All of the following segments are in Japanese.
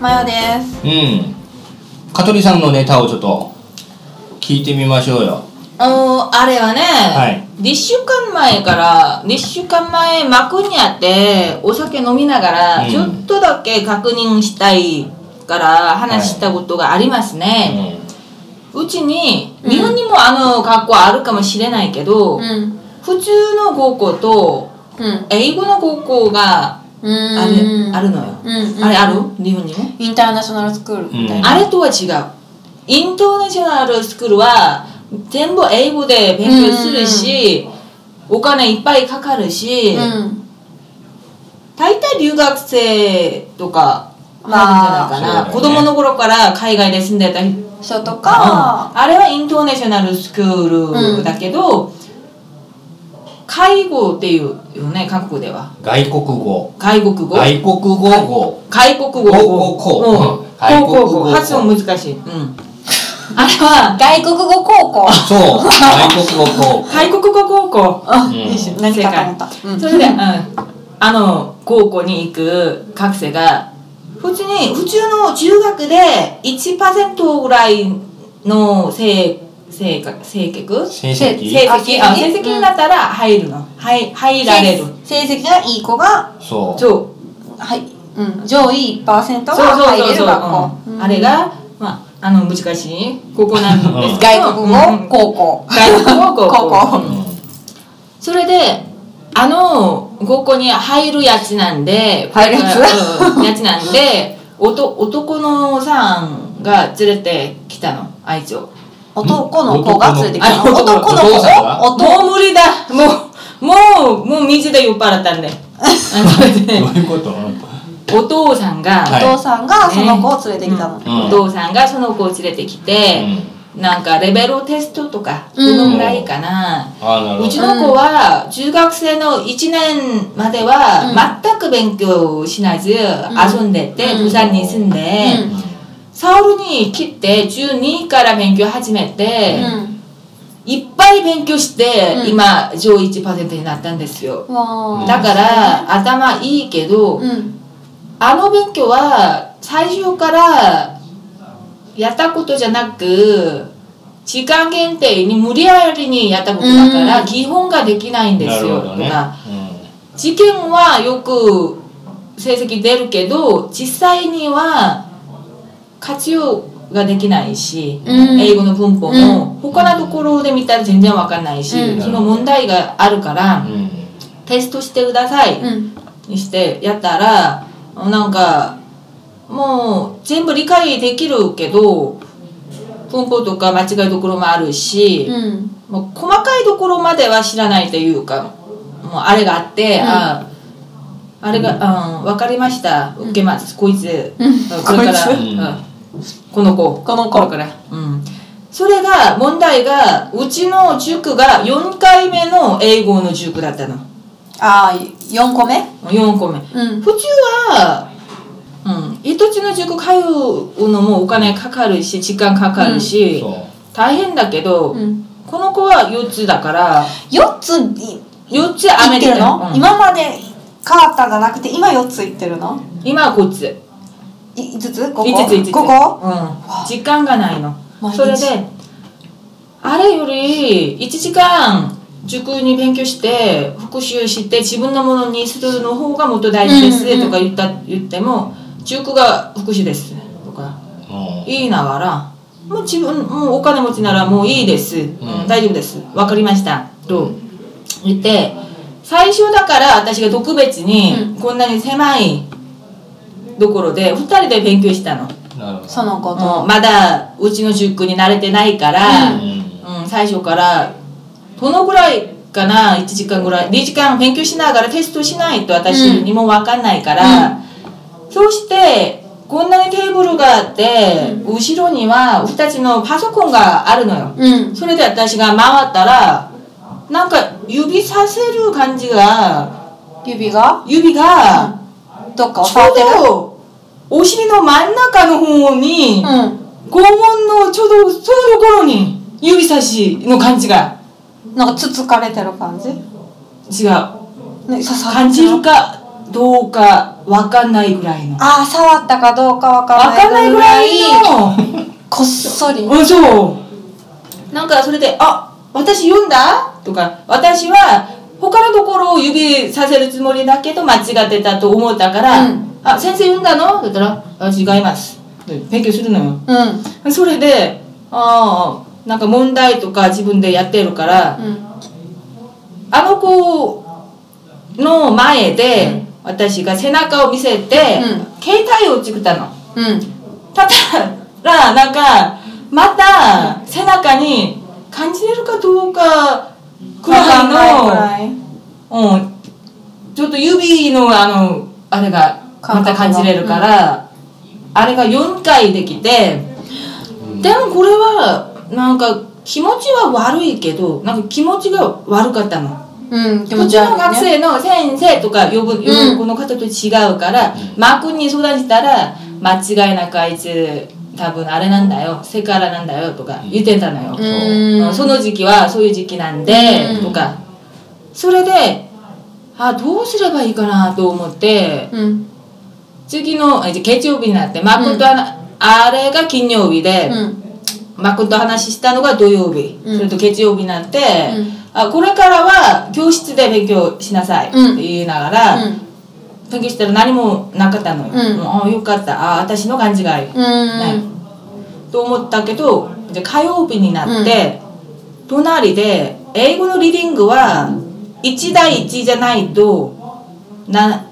マヨです。うん香取さんのネタをちょっと聞いてみましょうよあのあれはね、はい2週間前から、2週間前、幕にあって、お酒飲みながら、うんちょっとだけ確認したいから話したことがありますね。ううちに、日本にもあの学校あるかもしれないけど、うん。普通の高校とうん。英語の高校がうあん。れ,、あるのよ。うんうんあれある日本にもインターナショナルスクールみたいな。あれとは違う。インターナショナルスクールは全部英語で勉強するし、お金いっぱいかかるし、うん。大体留学生とかまああるんじゃないかな、そ子うだよね供の頃から海外で住んでた人人とあか、あれはインターナショナルスクールだけど、介護っていうよね韓国ではん外国語外国語外国語語外国語こうこうこううん外国語こうこうこう発音難しい、うん、あれは外国語高校。そう外国語語外国語高校あ、うんいいし、 何かと思った。うんそれで、うん、あの高校に行く学生が普通に普通の中学で1%ぐらいの成成果成績成成績あ績あ成成績績になったら入るの、はい入られる成成績がいい子が、そうそうはい、うん、上位1%がそうそう入そうれそるう、学校。ううんんあれ。がまああの難しい高校なんですけど外国うんう語ん高校。外国語高校高校うんそれであの高校に入るやつなんで入るやつうんやつなんで おと男のさんが連れてきたのあいつを男の子が連れてきたの。男の男のお父さんが子を、男もう無理だもうもうもう水で酔っ払ったんであそれでどういうことお父さんが、はいお父さんがその子を連れてきたの。うんお父さんがその子を連れてきて、なんかレベルテストとかどのぐらいかな、あなるほうちどの子は中学生の1年までは全く勉強しなず遊んでて、う釜ん山に住んで、うんサウルに来て12から勉強始めうて、ん。いっぱい勉強して、うん今上位1%になったんですよ、わーだから頭いいけど、うん。あの勉強は最初からやったことじゃなく時間限定に無理やりにやったことだからうん基本ができないんでなするよ、ほどねとか事件はよく成績出るけど実際には活用ができないし、うん英語の文法うんも他のところで見たら全然わかんないし、うんその問題があるから、うんうんテストしてください、うん。にしてやったらなんかもう全部理解できるけど文法とか間違いどころもあるし、うん。もう細かいところまでは知らないというかもうあれがあって、うんああれが、うん、分かりました受けます、こいつ、うんこれからこいつうんこの子この子これから、うん、それが問題がうちの塾が4回目の英語の塾だったのああ、4個目4個目うん。普通は、うん、一つの塾通うのもお金かかるし時間かかるし、そ大変だけど、うん、この子は4つだから4つい4つア行メリってカるの、うん今までカーターじゃなくて今4つ行ってるの今はこっちい5つ5個5つ5つ5個うん、時間がないの毎日それであれより1時間塾に勉強して復習して自分のものにするの方がもっと大事でうんうすんとか言った、言っても塾が復習ですとかううん言いながら、もう自分、もうお金持ちならもういいです。うん大丈夫です。わかりました。と言って、最初だから私が特別に、こんなに狭いところで、二人で勉強したの。なるほその子もうとまだうちの塾に慣れてないから、どううんうん、最初から、どのぐらいかな、1時間ぐらい、2時間勉強しながらテストしないと私にもわかんないから、そうして、こんなにテーブルがあって、後ろには2つのパソコンがあるのよ。うんそれで私が回ったら、なんか指させる感じが、指が指が、どっかをち触ってるょうど、お尻の真ん中の方に、肛う門のちょうど、そのところに、指差しの感じが、んなんかつつかれてる感じ、ね、違う。刺さ感じるかどうかわかんないぐらいの。わああ触ったかどうかわからかんないぐらいの。こっそりうん、そう。なんかそれで、あ、私読んだとか、私は他のところを指させるつもりだけど間違ってたと思ったから、うんあ、先生読んだのだったら、あ、違います。で勉強するのよ。うんそれで、ああ、なんか問題とか自分でやってるから、うんあの子の前で、私が背中を見せて、う携帯を作ったの。うんただらなんかまた背中に感じれるかどうかくらいわかんのないぐうん、ちょっと指のあのあれがま感覚たが感じれるから、あれが4回できて、でもこれはなんか気持ちは悪いけどなんか気持ちが悪かったの。らいうん気普持ち通悪の学い生ねの先生とか呼ぶ、呼ぶうんこの方と違うから、マー君に相談したら、間違いなくあいつ、多分あれなんだよ、セクハラなんだよとか言ってたのよ。ううんんその時期はそういう時期なんで、うんとか。それで、あ、どうすればいいかなと思って、うん次の、え月曜日になって、マー君とあな、あれが金曜日で、うんマックと話したのが土曜日、うんそれと月曜日になって、うんあこれからは教室で勉強しなさいってうん言いながら、勉強したら何もなかったのよ、うんもうあよかったあ私の勘違い、うんなういんと思ったけどで火曜日になって、隣で英語のリーディングは1対1じゃないとな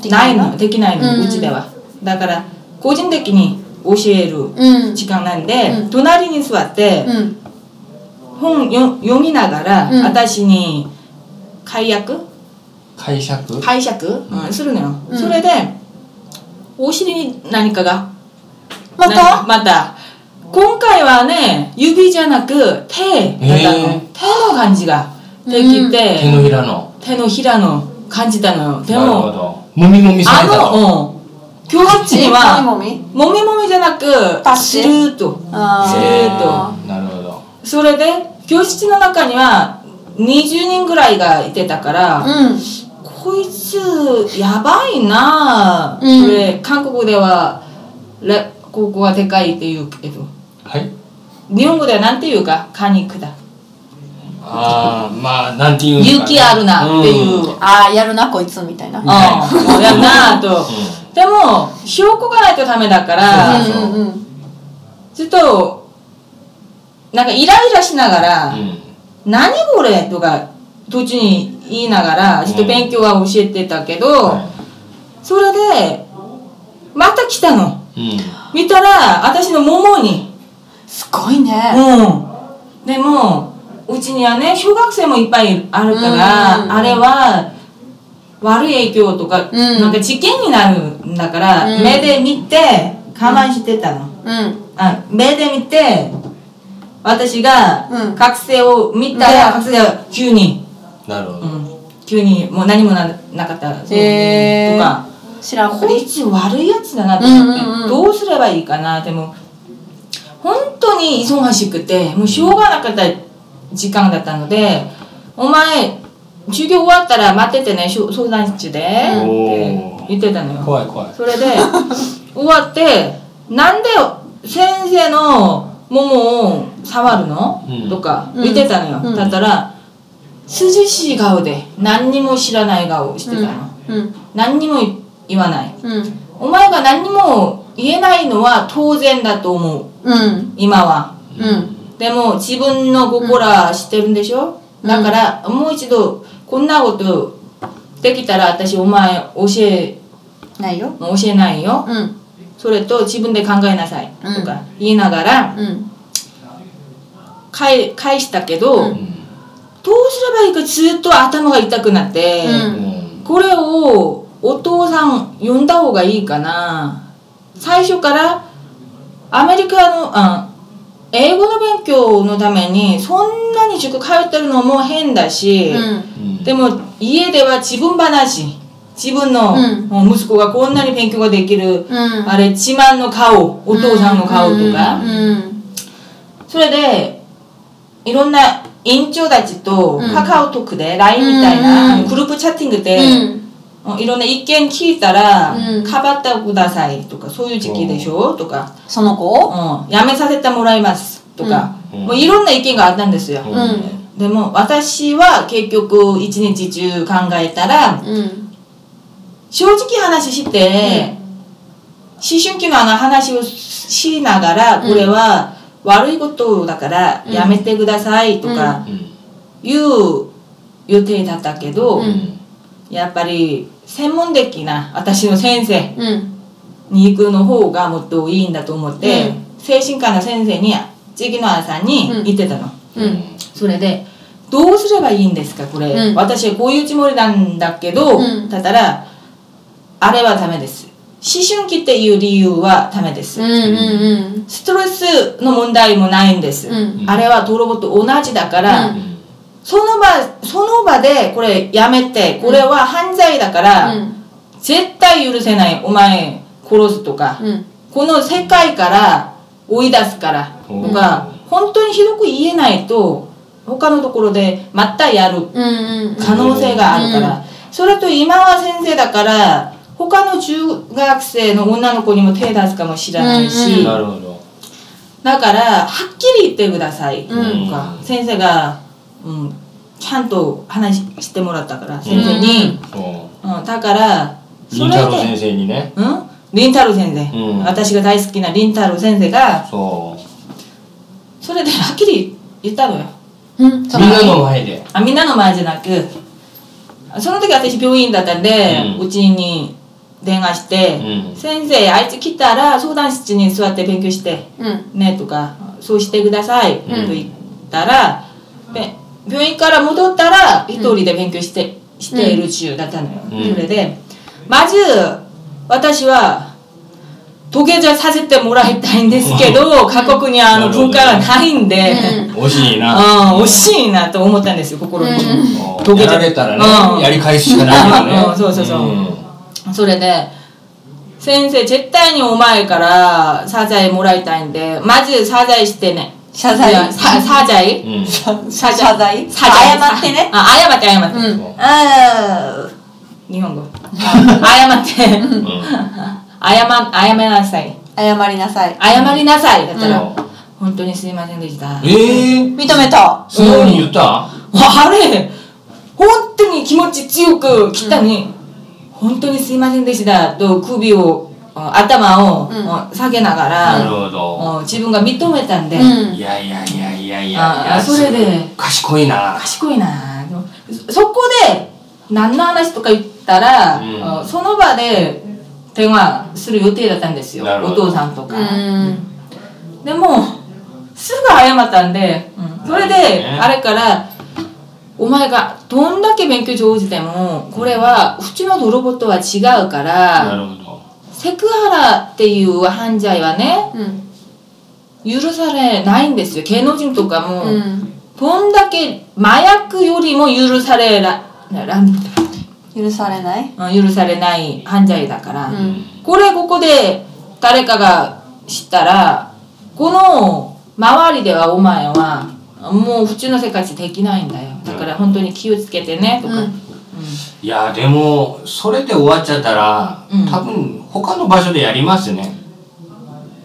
できなないいののできないの、ううんちではだから個人的に教えるうん時間なんで、うん隣に座って、うん本よ読みながら、うん私に解約解釈解釈、んうんするのよ、うんそれでお尻に何かがま何たまた今回はね指じゃなく手だったの、へー手の感じができて、手のひらの。手のひらの感じたのよでなるほもど。もみもみさあれたと。の、うん、教 発にはもみももみみもみじゃなくパッスチルーとあーええーとーなるほど。それで教室の中には20人ぐらいがいてたから、うんこいつやばいなぁ、うんこれ韓国ではレここはでかいって言うけどはい。日本語ではなんて言うか果肉だああ、まあ、なんていうのか勇気あるなっていう、んうん、ああやるなこいつみたいなああやるなぁと、うでも証拠がないとダメだから、うんうんうんちょっとなんかイライラしながら、うん何これとか途中に言いながらちょっと勉強は教えてたけど、はそれでまた来たの。い見たら私のももにすごいねうんでもうちにはね小学生もいっぱいあるから、うんあれは悪い影響とか、んなんか事件になるんだから、うん目で見て我慢してたの、うんあ目で見て私がうん覚醒を見たら、うん覚醒が急に、うんなるほうど。ん、急にもう何もななかったそうへーとか知らんこぷりいつ悪いやつだなと思って、うんうんうんどうすればいいかなでも本当に忙しくてもうしょうがなかった時間だったので「お前授業終わったら待っててねしょ相談室で」って言ってたのよ怖い怖い。それで終わって「なんで先生のももを触るのうんとか言ってたのよ、うんだったら涼しい顔で何にも知らない顔してたの、うん何にも言わないうんお前が何にも言えないのは当然だと思ううん今はうんでも自分の心は知ってるんでしょ、うんだからもう一度こんなことできたら私お前教えないよ教えないようんそれと自分で考えなさいうんとか言いながらうん返返したけど、ううんんどうすればいいかずっと頭が痛くなって、うんうんこれをお父さん呼んだ方がいいかな最初からアメリカのあ英語の勉強のためにそんなに塾通ってるのも変だし、うんうんでも家では自分話自分のうんもう息子がこんなに勉強ができる、うんあれ自慢の顔お父さんの顔とか、うんそれでいろんな院長たちとうんカカオトークで LINE みたいうんな、うんグループチャッティングで、うんうん、もういろんな意見聞いたら、うんかばってくださいとか、そういう時期でしょとか、その子をうん、やめさせてもらいますとか、うんもういろんな意見があったんですよ。うんでも私は結局一日中考えたら、うん正直話して、思春期のあの話をしながら、うんこれは悪いことだからやめてくださいとかいう予定だったけど、ううんんやっぱり専門的な私の先生うんに行くの方がもっといいんだと思って、う精神科の先生に次の朝に行ってたの。うんそれでどうすればいいんですかこれ、うん私はこういうつもりなんだけど、うんだったらあれはダメです思春期っていう理由はダメです、うんうんストレスの問題もないんです、うんあれは泥棒と同じだから、うんその場その場でこれやめてこれは犯罪だから、うん絶対許せないお前殺すとか、うんこの世界から追い出すからとか、本当にひどく言えないと他のところでまたやるうん可能性があるから、それと今は先生だから他の中学生の女の子にも手出すかもしれないし、うんなるほどだからはっきり言ってくださいとうんか、先生が、うん、ちゃんと話してもらったから先生に、そうんだからうそ凛れ太郎で先生にねうん凛太郎先生、うん私が大好きな凛太郎先生がそそれではっきり言ったのようんうみんなの前であみんなの前じゃなくその時私病院だったんでうんうち、に電話して、うん先生あいつ来たら相談室に座って勉強してうんね」とか「そうしてください」とん言ったら、べ病院から戻ったら一人で勉強して,、している中だったのよ、うんそれでまず私は土下座させてもらいたいんですけど各国にあなのるほど文化がないんで、うん惜しいなああ惜しいなと思ったんですよ心に、うんそうやられたらうんねやり返すしかないようねんそうそうそうんそれで先生絶対にお前からサザエもらいたいんでまずサザエしてね謝罪いやさサザエうん謝罪サザエ謝ってねあ謝って謝って、うんそうあー日本語あ謝ってうん謝謝めなさい謝りなさい謝りなさいだったら、うん本当にすいませんでしたええ認めた素直に言ったあれ本当に気持ち強く来たに、本当にすいませんでしたと首をあ頭を、うんあ下げながなるら、ほどあ自分が認めたんで、うんいやいやいやいやいやあいあやそれですごい賢いな賢いなでもそそこで何の話とか言ったら、うんあその場で電話する予定だったんですよなるおほど父さんとか、うんでもすぐ謝ったんで、うんそれで、なるほどねあれからお前がどんだけ勉強上手でもこれは普通の泥棒とは違うなからるほセクハラっていう犯罪はねうん許されないんですよ芸能人とかも、うんどんだけ麻薬よりも許されらら許されないうん許されない犯罪だから、うんこれここで誰かが知ったらこの周りではお前はもう普通の生活できないんだよだから本当に気をつけてねとか、うんうんどいやでもそれで終わっちゃったらうん多分他の場所でやりますね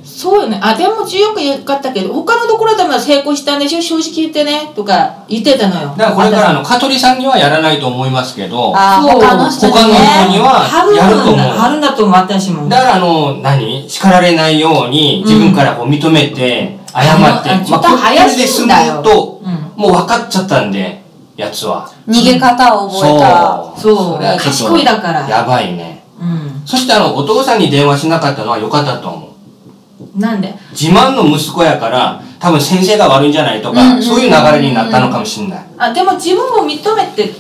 そうよねあでも強く言かったけど他のところでも成功したんでしょ正直言ってねとか言ってたのよだからこれからあの香取さんにはやらないと思いますけどああそう他の人にね他の人には多分やると思うあるんだと思う私もだからあの何叱られないように自分からこう認めて謝って、あのあちょまっあとこれ怪でしい済んむだよとうんもう分かっちゃったんでやつは逃げ方を覚えたそうれはちょっと賢いだからやばいねうんそしてあのお父さんに電話しなかったのは良かったと思うなんで自慢の息子やから多分先生が悪いんじゃないとか、うんうんうんそういう流れになったのかもしれない、あでも自分も認めて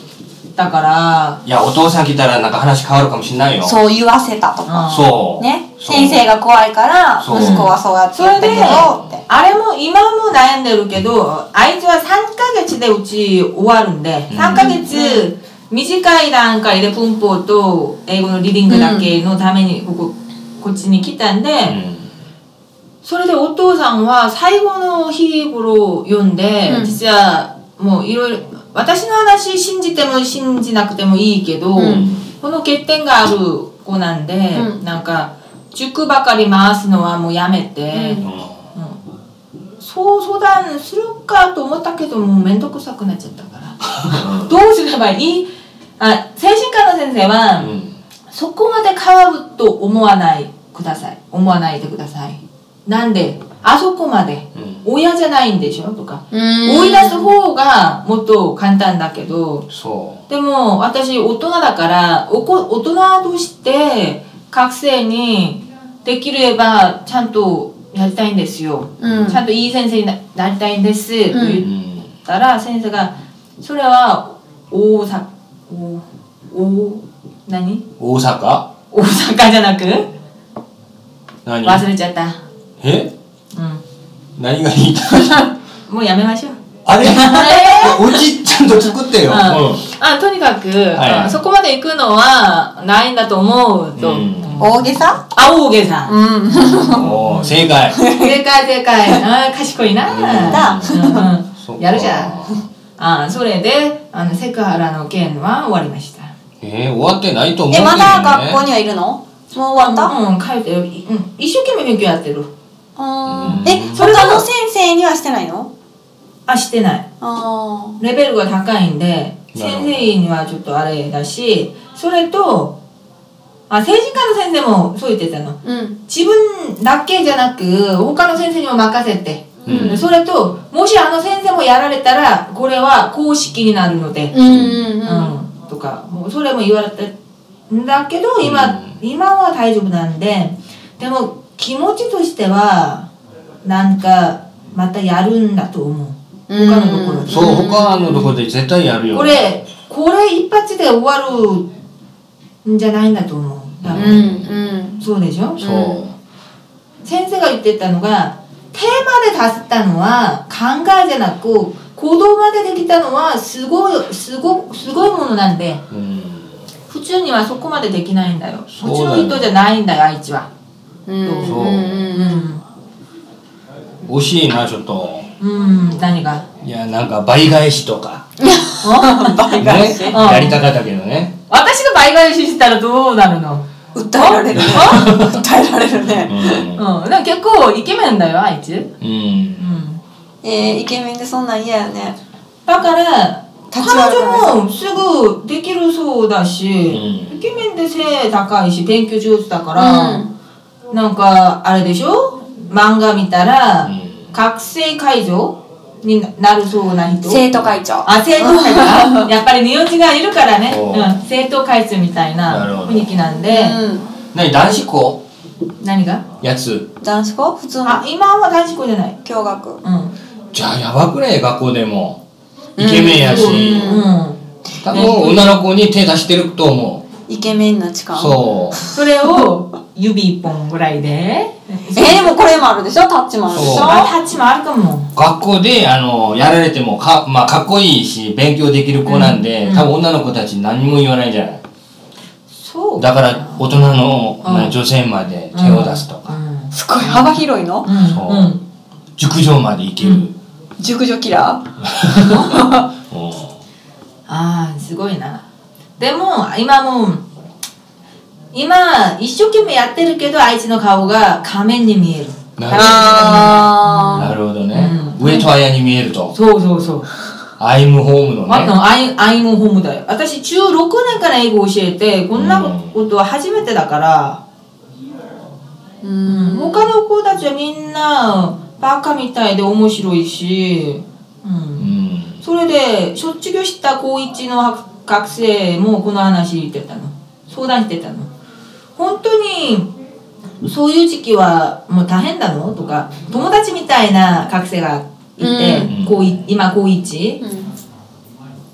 たからいやお父さん来たらなんか話変わるかもしれないよそう言わせたとかそうねそう先生が怖いからそう息子はそうやってそ言っれたけで、どってあれも今も悩んでるけど、あいつは3ヶ月でうち終わるんで、うん3ヶ月短い段階で文法と英語のリーディングだけのためにここ、こっちに来たんで、それでお父さんは最後の日頃読んで、うん実はもういろいろ、私の話信じても信じなくてもいいけど、ううんんもこの欠点がある子なんで、うんなんか塾ばかり回すのはもうやめて、うんうんそう相談するかと思ったけどもう面倒くさくなっちゃったからどうすればいいあ精神科の先生は、そこまで変わると思わないください思わないでくださいなんであそこまで親じゃないんでしょとか、追い出す方がもっと簡単だけどそでも私大人だからおこ大人として学生にできればちゃんとやりたいんですよ、うんちゃんといい先生にななりたいんです、とう。言ったら先生が「それは大阪大大何大阪大阪じゃなく何忘れちゃった、えうん、何が言いたいもうやめましょう。あ れえおじちゃんと作ってよ。うんあとにかく、いはいあそこまで行くのはないんだと思うと、うん大げさ青毛さんうん。うんおー正 解。正解正解あー賢いなだうんそうんっかやるじゃん。あーそれであのセクハラの件は終わりましたえー、終わってないと思うけえ、どね。まだ学校にはいるのもう終わったうん帰ってうん一生懸命勉強やってるあうんーえ、それ他の先生にはしてないのあしてないあレベルが高いんでなる先ほど生にはちょっとあれだしそれとあ政治家の先生もそう言ってたのあ。うん。自分だけじゃなく他の先生にも任せて、うんそれともしあの先生もやられたらこれは公式になるので、うんうんうん。うんとかもうそれも言われてんだけど今、うん今は大丈夫なんででも気持ちとしてはなんかまたやるんだと思う他のところでそう、他のところで絶対やるよ。これこれ一発で終わるんじゃないんだと思う、だからうんうん。そうでしょそう。先生が言ってたのがテーマで出せたのは考えじゃなく行動までできたのはすごいすごすごいものなんでうん。普通にはそこまでできないんだよ普そ通うだのよ人じゃないんだよ愛知はうんそううん惜しいな、ちょっと。うん、うん、何がいや、なんか倍返しと か。 倍返しね、うんやりたかったけどね。私が倍返ししたらどうなるのうん。訴えられるね。訴えられるうね。うんん。だから結構イケメンだよ愛知うんうん。えー、イケメンでそんなん嫌やね。だから立ち悪彼くない女もすぐできるそうだし、うんイケメンで背高いし勉強上手だから、なんかあれでしょ漫画見たら、うん覚醒解除になるそうな人生徒会長。あ生徒会長やっぱり身内がいるからね、おううん、生徒会長みたいなるなほど雰囲気なんで、う何、男子校何がやつ。ん。男子校普通あの今は男子校じゃない共学。うんじゃあ、やばくない学校でも。イケメンやし。うん、多分、女の子に手出してると思う。イケメンな痴漢。そう。それを指一本ぐらいでえー、でもこれもあるでしょタッチもあるでしそうょあタッチもあるかも学校で、あの、やられてもか、まあ、かっこいいし、勉強できる子なんで、うん多分女の子たち何も言わないんじゃないそうだから、大人の、うんまあ女性まで手を出すとか、うんすごい幅広いのうんそううん熟女までいける。ううんん熟女キラーああすごいなでも今もう今一生懸命やってるけどあいつの顔が仮面に見えるなるほどあなるほどね。う上戸彩に見えると。そうそうそうアイムホームのあね。のアイアイムホームだよ私中6年から英語教えてこんなことは初めてだから、ーうん他の子たちはみんなバカみたいで面白いし、う、うんん。それで卒業した高1の学学生もこの話言ってたの相談してたの本当にそういう時期はもう大変なのとか友達みたいな学生がいて、うん高一今高 1?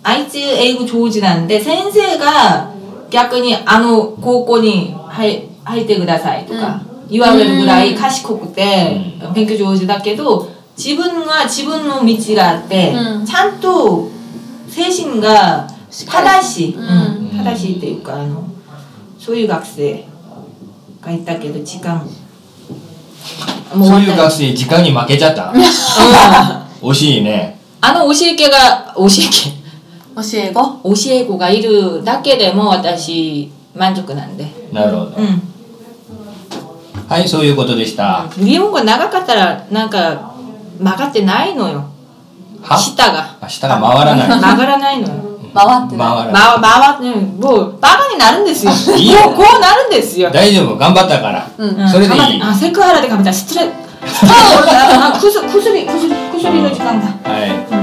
あいつ英語上手なんで、先生が逆にあの高校に入入ってくださいとか言われるぐらい賢くて、勉強上手だけど、自分は自分の道があって、うんちゃんと精神が正しい、うんうん正しいっていうか、あの、そういう学生がいたけど、時間、もそういう終学わった生、時間に負けちゃった。惜しいね。あの教え家が、教え家教え子教え子がいるだけでも私満足なんで。なるほど、うん。はいそういうことでした、リモが長かったらなんか曲がってないのよは舌があ下が回らない曲がらないのよ回っ回てない。らないま回ってもうバカになるんですよいいよもうこうなるんですよ、大丈夫頑張ったから、ううんそれでい頑張っいてあ セクハラでかめた失礼あ俺あくす薬薬薬の時間だはい